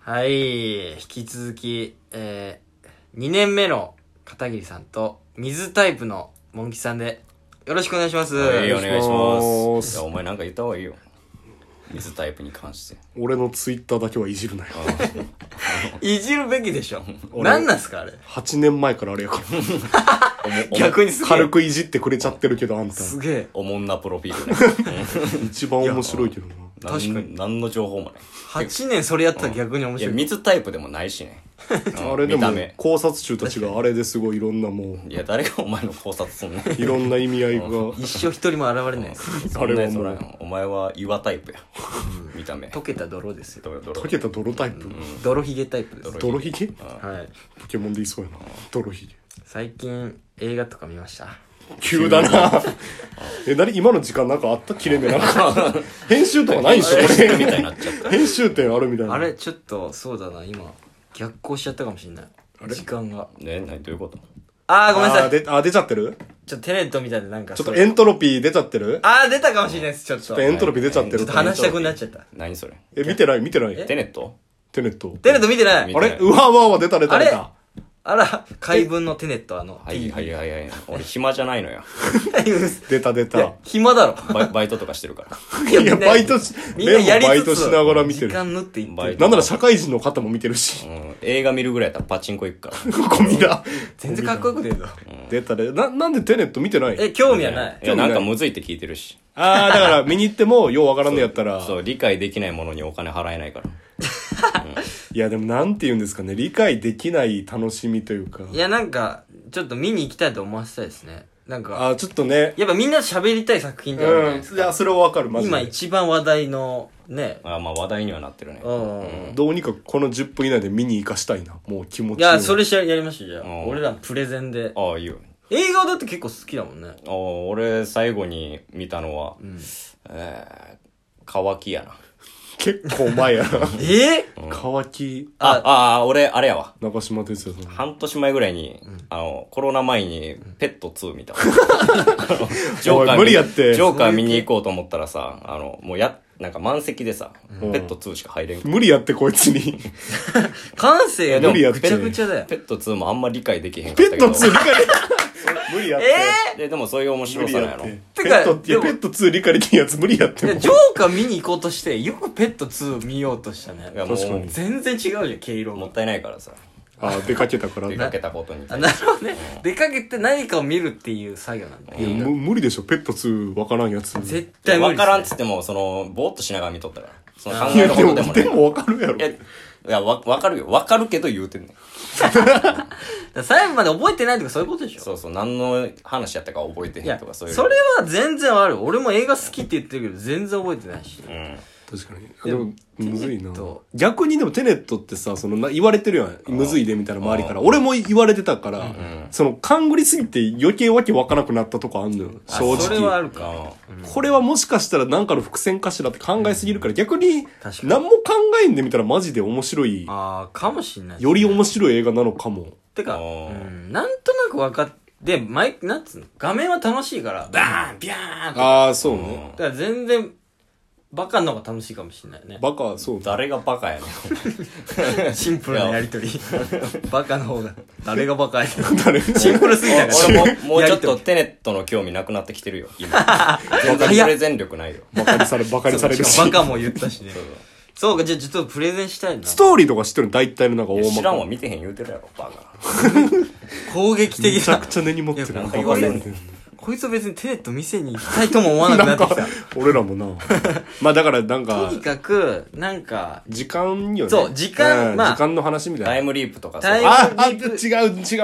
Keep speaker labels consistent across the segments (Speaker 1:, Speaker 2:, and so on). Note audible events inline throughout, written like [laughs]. Speaker 1: はい。引き続き、えー、2年目の片桐さんと、水タイプのモンキさんで、よろしくお願いします。
Speaker 2: はい、お
Speaker 1: い
Speaker 2: 願いしま。
Speaker 3: お願いしますす
Speaker 2: いや、お前なんか言った方がいいよ。水タイプに関して。
Speaker 3: 俺のツイッターだけはいじるなよ。
Speaker 1: じるべきでしょ。
Speaker 3: [laughs] 俺
Speaker 1: 何なんすか、あれ。
Speaker 3: 8年前からあれやから。
Speaker 1: 逆にすげえ。
Speaker 3: 軽くいじってくれちゃってるけど、あんた。
Speaker 1: すげえ。
Speaker 2: おもんなプロフィー
Speaker 3: [laughs]
Speaker 2: ルね。
Speaker 3: 一番面白いけどな。
Speaker 2: 確
Speaker 1: 確か
Speaker 2: かに。何の情報もない。
Speaker 1: 8年それやったら逆に面
Speaker 2: いや、
Speaker 1: 白い。
Speaker 2: 水タイプでもないしね。うん
Speaker 3: [laughs] あれで
Speaker 2: 見た
Speaker 3: も
Speaker 2: 目、。
Speaker 3: 考察中たちがあれですごいいろんなも
Speaker 2: いや、誰がお前の考察
Speaker 3: [laughs]
Speaker 2: すんねん。
Speaker 3: う、いろんな意味合いが。
Speaker 1: 一生一人も現れないです。
Speaker 2: そ
Speaker 3: あ
Speaker 2: んな
Speaker 3: れ
Speaker 2: や
Speaker 3: は
Speaker 2: つ
Speaker 3: も
Speaker 2: おらん
Speaker 3: う、
Speaker 2: よお前は岩タイプや。見た目。
Speaker 1: 溶けた泥ですよ。
Speaker 2: どれどれ
Speaker 3: 溶けた泥タイプ。
Speaker 1: 泥ひげタイプです。
Speaker 3: 泥ひげ
Speaker 1: はい。
Speaker 3: ポケモンでいそうやな。泥ひげ。
Speaker 1: 最近、映画とか見ました。
Speaker 3: 急だな。 [laughs] え、なに今の時間なんかあった切れ目なん
Speaker 2: [laughs]
Speaker 3: か。編集とかないで [laughs] しょ
Speaker 2: [laughs] みたいに
Speaker 3: こ
Speaker 2: なっちゃった。
Speaker 3: れ。編集点あるみたいな。
Speaker 1: あれ、ちょっと、そうだな、今、逆行しちゃったかもしれない。時間が。
Speaker 2: ね、なにどういうこと
Speaker 1: あー、ごめんなさ
Speaker 3: あ
Speaker 1: い。
Speaker 3: であ、出ちゃってる
Speaker 1: ちょっとテレントみたいでなんか
Speaker 3: ちょっ
Speaker 1: そ
Speaker 3: と
Speaker 1: れ
Speaker 3: エントロピー出ちゃってる
Speaker 1: あー出たかもしれないですちょっと
Speaker 3: ちょっとエントロピー出ちゃって
Speaker 1: ちょ
Speaker 3: る
Speaker 1: っと話したくなっちゃった
Speaker 2: 何それ
Speaker 3: え、見てない見てない
Speaker 2: テネット
Speaker 3: テネット。
Speaker 1: テネット見てない
Speaker 3: あ
Speaker 2: 見
Speaker 3: れ
Speaker 2: てないう
Speaker 3: わうわうわ、出た出た出た。
Speaker 1: あら怪文のテネットあの
Speaker 2: はいはいはいはい。俺暇じゃないのよ。
Speaker 3: 出た
Speaker 1: [laughs]
Speaker 3: 出
Speaker 1: いや
Speaker 3: た。
Speaker 1: 暇だろ
Speaker 2: バイバイトとかしてるから。
Speaker 1: [laughs] い
Speaker 3: いや、バイトし、
Speaker 1: みんなや
Speaker 3: レ
Speaker 1: り
Speaker 3: もバイト
Speaker 1: つ
Speaker 3: し
Speaker 1: つ
Speaker 3: ながら見て
Speaker 1: 時
Speaker 3: る。
Speaker 1: 間縫っていっ
Speaker 2: バ
Speaker 1: て
Speaker 2: イ
Speaker 1: る
Speaker 2: ト
Speaker 3: なんなら社会人の方も見てるし
Speaker 2: う。ん、映画見るぐらいやったらパチンコ行くから。
Speaker 3: ゴミだ。
Speaker 1: 全然かっこよく出るぞ
Speaker 3: 出たで。な、なんでテネット見てない [laughs]
Speaker 1: え興味はない
Speaker 2: いや、なんかむずいって聞いてるし。
Speaker 3: あー、だから見に行っても、ようわからんのやったら。
Speaker 2: そう、理解できないものにお金払えないから。
Speaker 3: いや、でもなんて言うんですかね。理解できない楽しみというか。
Speaker 1: いやなんかちょっと見に行きたいと思わせたいですねなんか
Speaker 3: あー、ちょっとね。
Speaker 1: やっぱみんな喋りたい作品
Speaker 3: う
Speaker 1: ってあるじゃない
Speaker 3: ん
Speaker 1: です。
Speaker 3: いや、それはわかる、
Speaker 1: か
Speaker 3: マジ
Speaker 1: 今
Speaker 3: で。
Speaker 1: 一番話題のね
Speaker 2: あまあ話題にはなってるね。
Speaker 1: う
Speaker 2: うん
Speaker 1: ん
Speaker 3: どうにかこの10分以内で見に行かしたいな。もう気持ちを
Speaker 1: いやそれしやりましょうじゃあ
Speaker 2: うん
Speaker 1: 俺らプレゼンで
Speaker 2: ああ、いいよ。
Speaker 1: 映画だって結構好きだもんね
Speaker 2: ああ、俺、最後に見たのは、えー、乾きやな。
Speaker 3: 結構前やな。
Speaker 1: ええ
Speaker 3: 乾き、
Speaker 2: あ、ああ、俺、あれやわ。
Speaker 3: 長島哲也さん。
Speaker 2: 半年前ぐらいに、あの、コロナ前に、ペット2見た。
Speaker 1: [laughs]
Speaker 2: あのジョーカー見
Speaker 3: おい無理やって
Speaker 2: ジョーカー見に行こうと思ったらさ、あの、もうや、なんか満席でさ、
Speaker 3: うん
Speaker 2: ペット2しか入れん。
Speaker 3: 無理やって、こいつに。
Speaker 1: 感性が
Speaker 3: 無理やって
Speaker 1: ぐちゃぐちゃだよ。
Speaker 2: ペット2もあんま理解できへんかった
Speaker 3: ペ
Speaker 2: けど。
Speaker 3: ット2理解で無理やって。
Speaker 2: で、でもそういう面
Speaker 3: 無
Speaker 2: 白
Speaker 3: 理
Speaker 2: さなん
Speaker 3: や
Speaker 2: や
Speaker 3: っ
Speaker 2: ろ。
Speaker 3: て。
Speaker 1: て
Speaker 3: ペ
Speaker 1: か
Speaker 3: ット、い
Speaker 1: で
Speaker 3: や、
Speaker 1: も
Speaker 3: ペット2理解できんやつ無理やって
Speaker 1: い
Speaker 3: も
Speaker 1: や、ジョーカー見に行こうとして、よくペット2見ようとしたね
Speaker 2: い。や、も
Speaker 3: 確か
Speaker 2: う
Speaker 3: に、
Speaker 1: 全然違うじゃん、毛色
Speaker 2: も
Speaker 1: も。
Speaker 2: ったいないからさ、
Speaker 3: あー、出かけたから。
Speaker 2: 出
Speaker 3: い
Speaker 2: かけたことに
Speaker 1: あ、
Speaker 2: 対して
Speaker 1: なるほどね。出かけて何かを見るっていう作業なんだ。
Speaker 3: やむ無理でしょ、ペット2わからんやつ。
Speaker 1: 絶
Speaker 2: いや
Speaker 1: 対無理
Speaker 2: わ
Speaker 1: ですね
Speaker 2: からんっつっても、その、ぼーっとしながら見とったから。その考
Speaker 3: い
Speaker 2: え
Speaker 3: や、
Speaker 2: るこ
Speaker 3: で
Speaker 2: と
Speaker 3: も、
Speaker 2: でも
Speaker 3: [laughs] で
Speaker 2: ね。
Speaker 3: もわかるやろ
Speaker 2: い。や、いや、わ、わかるよ。わかるけど言うてんねん。
Speaker 1: だから最後まで覚えてないとかそういうことでしょ
Speaker 2: そうそう、何の話やったか覚えて
Speaker 1: い
Speaker 2: へん
Speaker 1: や
Speaker 2: とか、
Speaker 1: そ
Speaker 2: そういう。
Speaker 1: れは全然ある。俺も映画好きって言ってるけど、全然覚えてないし。
Speaker 2: うん。
Speaker 3: 確かに。でも、むずいな
Speaker 1: テネット。
Speaker 3: 逆にでもテネットってさ、その、な言われてるやん。むずいで、みたいな周りから。俺も言われてたから、その、勘ぐりすぎて余計わけわからなくなったとこあんのよ。
Speaker 1: あ
Speaker 3: 正
Speaker 1: それはあ
Speaker 3: 直。
Speaker 1: るか。
Speaker 2: あ
Speaker 3: これはもしかしたらなんかの伏線かしらって考えすぎるから、逆に
Speaker 1: 確、かに
Speaker 3: 何も考えんでみたらマジで面白い。
Speaker 1: あー、かもしんない。
Speaker 3: より面白い映画なのかも。
Speaker 1: てか、
Speaker 2: あ
Speaker 1: う
Speaker 2: ー
Speaker 1: ん、なんとなく分かって、で、マイク、なんつうの画面は楽しいから、バーンビャーンとか
Speaker 3: ああ、そうね。
Speaker 1: だから全然、バカの方が楽しいかもしれないね。
Speaker 3: バカ、そうだ。
Speaker 2: 誰がバカやねん。
Speaker 1: シンプルなやりとり。バカの方が、誰がバカや。
Speaker 3: [laughs] 誰
Speaker 1: シンプルすぎたから。
Speaker 2: 俺も、もうちょっと
Speaker 1: [laughs] やりり。
Speaker 2: テネットの興味なくなってきてるよ。今。全然プレゼン力ないよ。
Speaker 3: バカにされ、バカにされる
Speaker 1: し
Speaker 3: し。
Speaker 1: かもバカも言ったしね
Speaker 2: そう。
Speaker 1: そうか、じゃあちょっとプレゼンしたいな
Speaker 3: ス。トーリーとか知ってるの大体のなんか
Speaker 2: い
Speaker 3: 大
Speaker 2: や
Speaker 3: まか。
Speaker 2: 知らんわ、見てへん言うてるやろ、バカ。
Speaker 1: 攻撃
Speaker 3: め
Speaker 1: 的
Speaker 3: ちゃ
Speaker 1: な
Speaker 3: く。ちゃ根に持ってる
Speaker 1: いやな
Speaker 3: な。
Speaker 1: んか言
Speaker 3: バカ言
Speaker 1: わ
Speaker 3: わ
Speaker 1: れる
Speaker 3: れてる。
Speaker 1: こいつ別にテネット店に行きたいとも思わなくなってきた。
Speaker 3: 俺らもな。 [laughs] まあだからなん
Speaker 1: と
Speaker 3: か
Speaker 1: に、かく、なんか、
Speaker 3: 時間よね。
Speaker 1: そう時間
Speaker 3: うん
Speaker 1: まあ
Speaker 3: 時間の話みた
Speaker 2: タイ
Speaker 3: いな。
Speaker 2: ムリープとか
Speaker 1: タイ
Speaker 2: さ。
Speaker 1: ム
Speaker 3: あ、あ、違う、違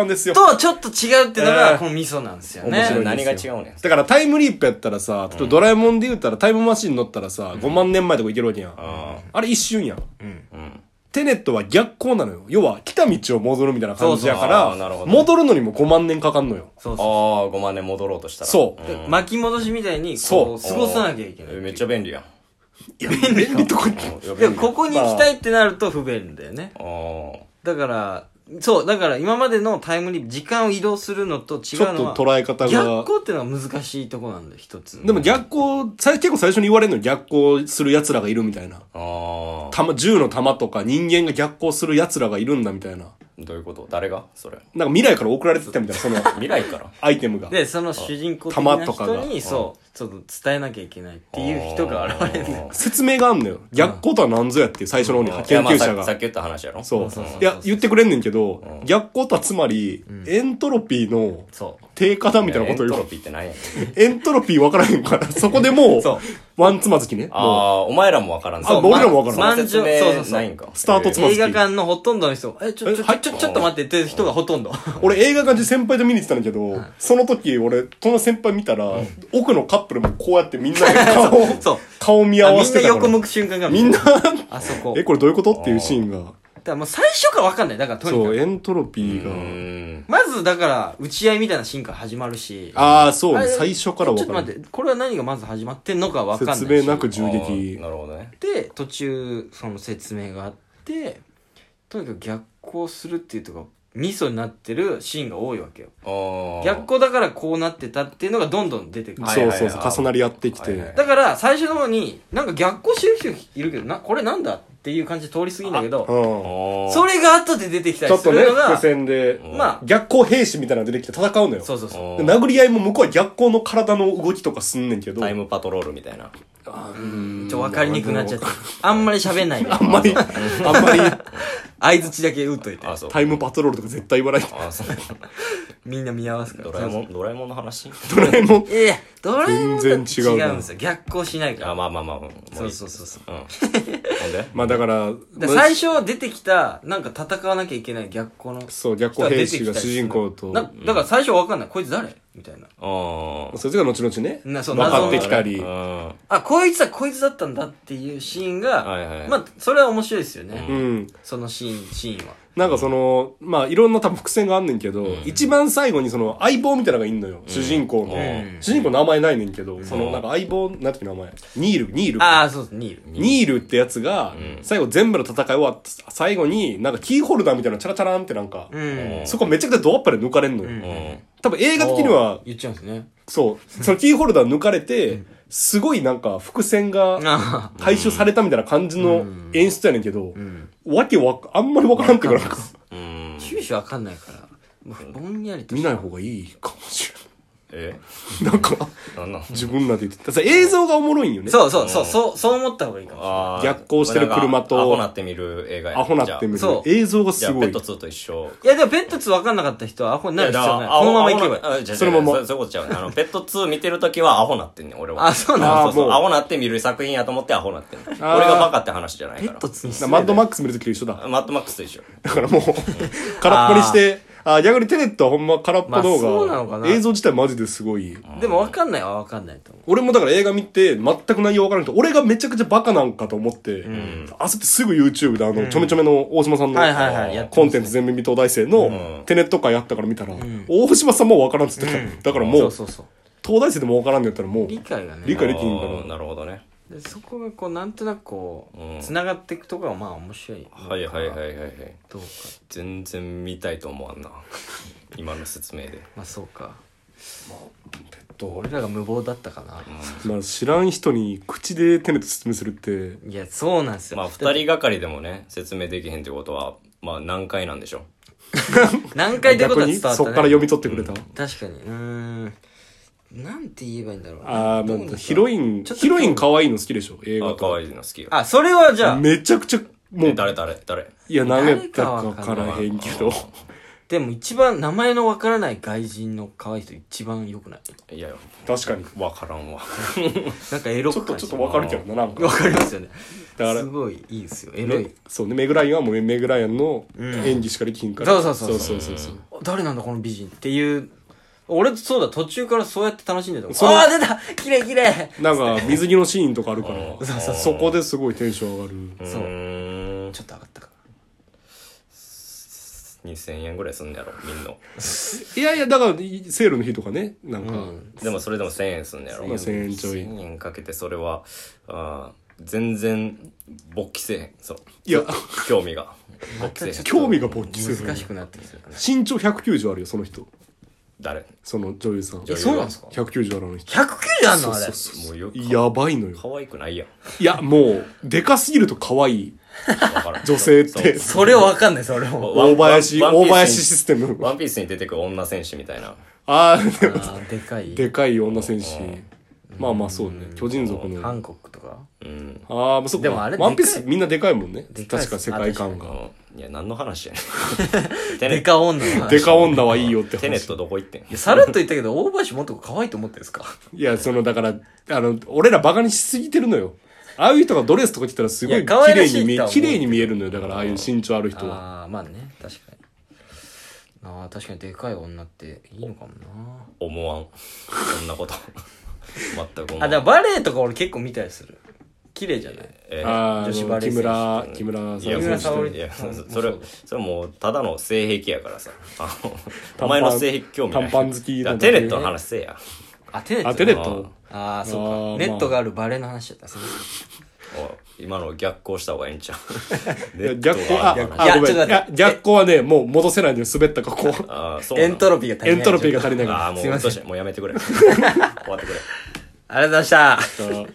Speaker 3: うんですよ。
Speaker 1: とちょっと違うっていうの
Speaker 3: え
Speaker 1: が、
Speaker 3: ー
Speaker 1: このミソなんですよ
Speaker 3: 面白い
Speaker 1: ね。
Speaker 2: 何が違うねん。
Speaker 3: だからタイムリープやったらさ、例えばドラえもんで言ったらタイムマシン乗ったらさ、5万年前とか行けるわけやん。
Speaker 2: あ
Speaker 3: あれ一瞬やん。
Speaker 2: うん。
Speaker 3: テネットは逆光なのよ。要は、来た道を戻るみたいな感じやか
Speaker 2: そうそうあーなるほど
Speaker 3: ら、戻るのにも5万年かかんのよ。
Speaker 1: そ
Speaker 2: ああ
Speaker 1: うそ
Speaker 2: ー、5万年戻ろうとしたら。
Speaker 3: そう
Speaker 1: う。巻き戻しみたいに、こう、過ごさなきゃいけない
Speaker 2: え。めっちゃ便利やん。
Speaker 3: いや、便利とか言って
Speaker 2: うんいや
Speaker 1: で
Speaker 2: 便
Speaker 1: も
Speaker 2: 利
Speaker 1: ここに行きたいってなると不便だよね。
Speaker 2: ああ。
Speaker 1: だから、そう、だから今までのタイムリープ、時間を移動するのと違
Speaker 3: [laughs] ちょ
Speaker 1: う
Speaker 3: っ
Speaker 1: の
Speaker 3: と
Speaker 1: は、
Speaker 3: 捉え方
Speaker 1: 逆
Speaker 3: が。
Speaker 1: 光っていうのは難しいとこなんだよ、一つ。
Speaker 3: でも逆光、さ結構最初に言われるのに逆光する奴らがいるみたいな。
Speaker 2: ああ
Speaker 3: 弾、銃の弾とか人間が逆光する奴らがいるんだみたいな。
Speaker 2: どういうこと誰がそれ
Speaker 3: なんか未来から送られてきたみたいな、
Speaker 2: [laughs]
Speaker 3: その
Speaker 2: 未来から
Speaker 3: アイテムが。
Speaker 1: で、その主人公的
Speaker 3: 弾
Speaker 1: な
Speaker 3: とか
Speaker 1: 人
Speaker 3: がうん
Speaker 1: に、そう、ちょっと伝えなきゃいけないっていう人が現れるんだよ。
Speaker 3: 説明があんのよ。逆光とは何ぞやっていう最初の方に
Speaker 2: いや
Speaker 3: 研
Speaker 2: まあ
Speaker 3: 究
Speaker 2: さ
Speaker 3: 者
Speaker 2: さっ
Speaker 3: が。
Speaker 2: き言った話やろ
Speaker 3: そう
Speaker 1: そうそうそうそ。う
Speaker 3: いや、言ってくれんねんけど、逆光とはつまり、エントロピーの
Speaker 1: そう。
Speaker 3: 低下だみたいなことを
Speaker 2: エント
Speaker 3: 言う
Speaker 2: ロ。ピーって何やねん
Speaker 3: エントロピー分からへんから、 [laughs] そこでもう
Speaker 1: そう、
Speaker 3: ワンつまずきね。
Speaker 2: ああお前らもわからん
Speaker 3: あ俺らもわからん
Speaker 2: 満
Speaker 1: 満場そうそうそう
Speaker 2: ないんか
Speaker 3: スタートつま
Speaker 1: 映
Speaker 3: ずき
Speaker 1: 画館のほとんどの人、え、ちょ、ちょ、
Speaker 3: えはい
Speaker 1: ちょ、ちょっと待ってっていう人がほとんど。
Speaker 3: 俺映画館で先輩と見に行ってたんだけど、その時俺、その先輩見たら、奥のカップルもこうやってみんなで顔を
Speaker 1: [laughs] そう。
Speaker 3: 顔見合
Speaker 1: あ
Speaker 3: わ
Speaker 1: み
Speaker 3: せ
Speaker 1: んな
Speaker 3: てたか
Speaker 1: 横
Speaker 3: ら
Speaker 1: 向。く瞬間が
Speaker 3: みんな、 [laughs]
Speaker 1: あそこ。
Speaker 3: え、これどういうことっていうシーンが。
Speaker 1: だからもう最初からわかんない。だからとに
Speaker 3: そ
Speaker 1: か
Speaker 3: う、
Speaker 1: く。
Speaker 3: エントロピー
Speaker 2: うー
Speaker 3: が。
Speaker 2: ん
Speaker 1: まずだから、打ち合いみたいなシーンから始まるし。
Speaker 3: ああ、そう
Speaker 1: あ
Speaker 3: ね。
Speaker 1: れ
Speaker 3: 最初か
Speaker 1: ち
Speaker 3: ら分
Speaker 1: ょっと
Speaker 3: からん
Speaker 1: 待って、これは何がまず始まってんのかわかんないし。
Speaker 3: 説明なく
Speaker 2: あ
Speaker 3: 銃
Speaker 2: ー
Speaker 3: 撃。
Speaker 2: なるほどね
Speaker 1: で、途中、その説明があって、とにかく逆行するっていうとか、ミソになってるシーンが多いわけよ。
Speaker 2: ああ
Speaker 1: 逆行だからこうなってたっていうのがどんどん出てくる。
Speaker 2: はい
Speaker 3: そうそうそう、
Speaker 2: はいはい
Speaker 3: 重なり合ってき
Speaker 2: はいはい
Speaker 3: て。
Speaker 1: だから、最初の方に、なんか逆行してる人いるけど、な、これなんだっていう感じで通り過ぎんだけ
Speaker 3: う
Speaker 1: ど、
Speaker 3: ん。
Speaker 2: そ
Speaker 1: それが後で出てきた
Speaker 3: ちょ
Speaker 1: り
Speaker 3: っ
Speaker 1: す
Speaker 3: とね、
Speaker 1: るの
Speaker 3: 伏
Speaker 1: が、
Speaker 3: 線で、
Speaker 1: ま
Speaker 3: 逆光兵士みたいなの出てきて戦うの
Speaker 1: あ、
Speaker 3: よ。
Speaker 1: そうそうそう。
Speaker 3: で殴り合いも向こうは逆光の体の動きとかすんねんけど。
Speaker 2: タイムパトロールみたいな。
Speaker 3: あー
Speaker 1: ちょ、わかりにくくなっちゃって。あんまり喋んないで。
Speaker 3: あん
Speaker 1: [laughs]
Speaker 3: まり、あんまり
Speaker 1: 相槌だけ打っといて。
Speaker 2: あ、そう。
Speaker 3: タイムパトロールとか絶対言わない。
Speaker 2: あ、そう。
Speaker 1: みんな見合わすから。
Speaker 2: ドラえもん、ドラえもんの話
Speaker 3: ドラえもん。
Speaker 1: いやいや、ドラえもんとは違うん
Speaker 3: 全然違うな
Speaker 1: ですよ。逆行しないから
Speaker 2: あ、。まあまあまあ。もいい
Speaker 1: そうそうそうそう
Speaker 2: うん。ほんで
Speaker 3: まあだから、
Speaker 1: で
Speaker 3: まあ
Speaker 1: 最初出てきた、なんか戦わなきゃいけない逆光の。
Speaker 3: そう、逆光兵士が主人公と、
Speaker 1: なだから最初わかんない。こいつ誰みたいな。
Speaker 2: あ
Speaker 3: そいつが後々ね、
Speaker 1: な
Speaker 3: 分
Speaker 1: そう
Speaker 3: かってきたり、
Speaker 2: あ。
Speaker 1: あ、こいつはこいつだったんだっていうシーンが、
Speaker 2: はいはい
Speaker 1: まあ、それは面白いですよね。
Speaker 3: うん。
Speaker 1: そのシーン、シーンは。
Speaker 3: なんかその、まあいろんな多分伏線があんねんけど、一番最後にその相棒みたいなのがいんのよ。主人公の。
Speaker 2: うん
Speaker 3: 主人公名前ないねんけど、そのなんか相棒、なんていう名前ニール、ニール。
Speaker 1: ああ、そうです、ニール。
Speaker 3: ニールってやつが、最後全部の戦い終わって、最後になんかキーホルダーみたいなのチャラチャランってなんか、
Speaker 1: うん。
Speaker 3: そこめちゃくちゃドアッパで抜かれんのよ。多分映画的には、
Speaker 1: 言っちゃうんですね。
Speaker 3: そう、そのキーホルダー抜かれて、すごいなんか伏線が
Speaker 1: あ
Speaker 3: 回収されたみたいな感じの演出やねんけど、わけわか、あんまりわからんっていうかなんか、
Speaker 2: うん。うん
Speaker 1: あ、。九州わかんないから、もうぼんやりと
Speaker 3: 見
Speaker 1: し
Speaker 3: ない方がいいかもし
Speaker 2: え
Speaker 3: れない。なんか、
Speaker 2: なんなん
Speaker 3: 自分らで言ってた。さ映像がおもろいんよね。
Speaker 1: そうそうそう、そう、そう思った方がいいかもし
Speaker 2: あー
Speaker 3: 逆行してる車と
Speaker 2: アホなって見る映画や
Speaker 3: アホなってみる
Speaker 1: そう。
Speaker 3: 映像が
Speaker 2: じゃあじ
Speaker 3: す
Speaker 2: ゃあ
Speaker 3: ご
Speaker 2: ペ
Speaker 3: い
Speaker 2: ット。2と一緒。
Speaker 1: れない。いや、でも、ペット2わかんなかった人はアホになる必要ない。このまま行けばいい。
Speaker 2: い
Speaker 3: そのまま
Speaker 2: そういうことちゃうね。あの、ペット2見てるときはアホなってんねん、俺は。
Speaker 1: あそうなん
Speaker 3: だ
Speaker 2: そうそうそう。
Speaker 3: あーもう
Speaker 2: アホなって見る作品やと思ってアホなってんねん俺
Speaker 3: ー
Speaker 2: がバカって話じゃない
Speaker 1: ペ
Speaker 2: か
Speaker 1: ット2に
Speaker 3: な
Speaker 1: 失礼だ
Speaker 3: マ
Speaker 1: よ
Speaker 3: ッドマックス見るときと一緒だ。
Speaker 2: ら。マッドマックスと一緒。
Speaker 3: だから
Speaker 1: [laughs]
Speaker 3: もう、空っぽにして、あー逆にテネットはほんま空っぽ
Speaker 1: まあそうな
Speaker 3: 動
Speaker 1: のかな
Speaker 3: 画、映像自体マジですごい。
Speaker 1: でも分かんないは分かんないと思
Speaker 3: 俺もだから映画見て全く内容わからなくて、俺がめちゃくちゃバカなんかと思って、焦ってすぐ YouTube であの、ちょめちょめの大島さんの、
Speaker 1: はいはいはいやってますね
Speaker 3: コンテンツ全面未到大生のテネット会やったから見たら、大島さんもわからんっつってた、だから
Speaker 1: う。そ
Speaker 3: もう
Speaker 1: う、そうそう。
Speaker 3: 東大生でもわからんのやったらもう、
Speaker 1: 理解がね。
Speaker 3: 理解できんか
Speaker 2: あー
Speaker 3: ら。
Speaker 2: なるほどね。
Speaker 1: でそこがこうなんとなくこ
Speaker 2: うん
Speaker 1: うつながっていくとこがまあ面白い
Speaker 2: はいはいはいはいはい。
Speaker 1: どうか
Speaker 2: 全然見たいと思わん
Speaker 3: [laughs]
Speaker 2: な今の説明で
Speaker 1: まあそうか
Speaker 3: と
Speaker 1: 俺らが無謀だったかな、
Speaker 3: まあ知らん人に口でテネット説明するって、
Speaker 1: いやそうなんですよ、
Speaker 2: まあ2人がかりでもね説明できへんってことはまあ難解なんでしょ
Speaker 1: 何回ってことは伝わったね
Speaker 3: そっから読み取ってくれた。
Speaker 1: 確かにうーんなんて言えばいいんだろう
Speaker 3: ああ、
Speaker 1: どう
Speaker 3: も
Speaker 1: なんだろ
Speaker 3: う
Speaker 1: う
Speaker 3: ヒロイン、
Speaker 1: ちょっと
Speaker 3: ヒロイン可愛いの好きでしょ映画
Speaker 2: あ
Speaker 3: と
Speaker 2: 可
Speaker 3: か。
Speaker 2: 愛いの好きよ
Speaker 1: あそれはじゃあ
Speaker 3: [laughs] めちゃくちゃ、も
Speaker 2: え
Speaker 3: う、
Speaker 2: 誰誰誰
Speaker 3: いや、何やったか
Speaker 1: 誰か
Speaker 3: わ
Speaker 1: わ
Speaker 3: か
Speaker 1: からら
Speaker 3: へんけど。
Speaker 1: でも一番名前のわからない外人の可愛い人一番良くない
Speaker 2: いや
Speaker 3: 確かに。
Speaker 2: わからんわ
Speaker 1: なんかエロ
Speaker 3: ち
Speaker 1: く
Speaker 3: ょっと、
Speaker 1: 感
Speaker 3: ちょ
Speaker 1: じ
Speaker 3: っとわかるけどな、なんか。
Speaker 1: わかりますよね
Speaker 3: だから
Speaker 1: すごいいいですよエロい、
Speaker 3: ねそうね、メグライアンはもうメグライアンの演技しかできひんから。
Speaker 1: そうそうそう
Speaker 3: そ
Speaker 1: そうう
Speaker 3: そうそう
Speaker 1: 誰なんだこの美人っていう俺そうだ途中からそうやって楽しんでたもん
Speaker 3: その
Speaker 1: ああ出た綺麗綺麗
Speaker 3: なんか、水着のシーンとかあるか
Speaker 2: うん
Speaker 3: ら、そこですごいテンション上がる。
Speaker 1: そう
Speaker 2: うーん
Speaker 1: ちょっと上がったか
Speaker 2: 2000円ぐらいすんねやろみんない
Speaker 3: やいや、だから、セールの日とかね、なんか、
Speaker 2: でもそれでも1000円すんねやろ
Speaker 3: まあ1000円ちょい
Speaker 2: 1000円かけてそれはあー全然勃起せえへんそう
Speaker 3: いや、
Speaker 2: 興味が勃起せえへん
Speaker 3: 興味が勃起する。
Speaker 1: 難しくなってきてる。
Speaker 3: 身長190あるよ、その人。
Speaker 2: 誰も
Speaker 3: その女優さん。
Speaker 2: 女優
Speaker 1: そうなんですか
Speaker 3: ?190 あるの人。
Speaker 1: 190あんのあれ。
Speaker 2: うよ
Speaker 3: やばいのよ。
Speaker 2: 可愛くないやん
Speaker 3: [laughs] いや、もう、でかすぎると可愛い。
Speaker 2: わからん
Speaker 3: 女性って
Speaker 2: そ
Speaker 1: そ
Speaker 2: う
Speaker 1: れわかんない、それも。
Speaker 2: ワン
Speaker 3: 大林、
Speaker 2: ワンピー
Speaker 3: 大
Speaker 2: スに
Speaker 3: 林システム。
Speaker 2: ワンピースに出てくる女戦士みたいな
Speaker 3: あー、でも、
Speaker 1: あーでかい。
Speaker 3: でかい女戦士。まあまあそうね。巨人族の。あ
Speaker 1: 韓国とか
Speaker 2: うん
Speaker 3: あー、そっ
Speaker 1: で
Speaker 3: か。
Speaker 1: もあれ
Speaker 3: ワンピー
Speaker 1: で
Speaker 3: ス
Speaker 1: か
Speaker 3: みんなでかいもんね
Speaker 1: で。かいっす
Speaker 3: 確か世界観
Speaker 2: あ
Speaker 3: が。
Speaker 2: のいや何の話やね
Speaker 3: [laughs]
Speaker 2: んテネ
Speaker 1: でか女の話
Speaker 3: でか女はいいよって
Speaker 2: テネッ
Speaker 3: 話。
Speaker 2: トどこ行ってん
Speaker 1: いやさらっと言ったけど、大林もっと可愛いと思ってるんですか
Speaker 3: いや、その、だから、あの、俺らバカにしすぎてるのよ。ああいう人がドレスとか着たらすご
Speaker 1: い
Speaker 3: い
Speaker 1: や
Speaker 3: 綺
Speaker 1: 可愛ら
Speaker 3: 麗
Speaker 1: しい
Speaker 3: に見え
Speaker 1: とは、思う
Speaker 3: 綺麗に見えるのよ。だから、ああいう身長ある人は。
Speaker 1: ああ、まあね、確かに。ああ、確かにでかい女っていいのかもな。
Speaker 2: 思わんそんなこと全く思わ
Speaker 1: あ、
Speaker 2: ん
Speaker 1: でもバレエとか俺結構見たりする。綺麗じゃない
Speaker 2: えー
Speaker 3: あ
Speaker 1: 女子
Speaker 3: ー
Speaker 1: バ
Speaker 3: あの、
Speaker 1: レー
Speaker 3: 木
Speaker 1: 選手
Speaker 3: 村、木村
Speaker 2: いや、
Speaker 1: 木
Speaker 2: も
Speaker 1: 村
Speaker 2: う
Speaker 3: さ
Speaker 1: 沙
Speaker 3: ん
Speaker 1: 織
Speaker 2: いや、そ
Speaker 1: うん
Speaker 2: それ
Speaker 1: そう、
Speaker 2: それもう、ただの性癖やからさ。あの
Speaker 3: パン
Speaker 2: お前の性癖興味ない。
Speaker 3: 短パン好き
Speaker 2: い
Speaker 3: な
Speaker 2: や
Speaker 3: んだ
Speaker 2: テネットの話せえや。
Speaker 1: あ、テネット。
Speaker 3: あ、テネッ
Speaker 2: あー
Speaker 3: ト
Speaker 1: ああ、そう
Speaker 3: あ
Speaker 1: か
Speaker 3: ー。
Speaker 1: ネットがあるバレエの話だった。すいま
Speaker 2: おい今の逆行した方がええんちゃう
Speaker 3: いや逆光、あ、
Speaker 1: い
Speaker 3: あ、
Speaker 1: や
Speaker 3: ごめん。
Speaker 1: ちょっと待って
Speaker 3: いや逆光はね、もう戻せないんで滑ったか、こう。
Speaker 2: ああ、そう
Speaker 1: せんエント
Speaker 2: ロ
Speaker 1: ロピーが足り
Speaker 3: エ
Speaker 1: ない。
Speaker 3: ントロピーが
Speaker 1: ちょっ
Speaker 3: 足りない
Speaker 2: あ
Speaker 3: か
Speaker 2: あ、もう、
Speaker 3: [laughs]
Speaker 1: すいません
Speaker 2: どうしようもうやめてくれ。終わってくれ。
Speaker 1: とありがとうございました。
Speaker 3: ら。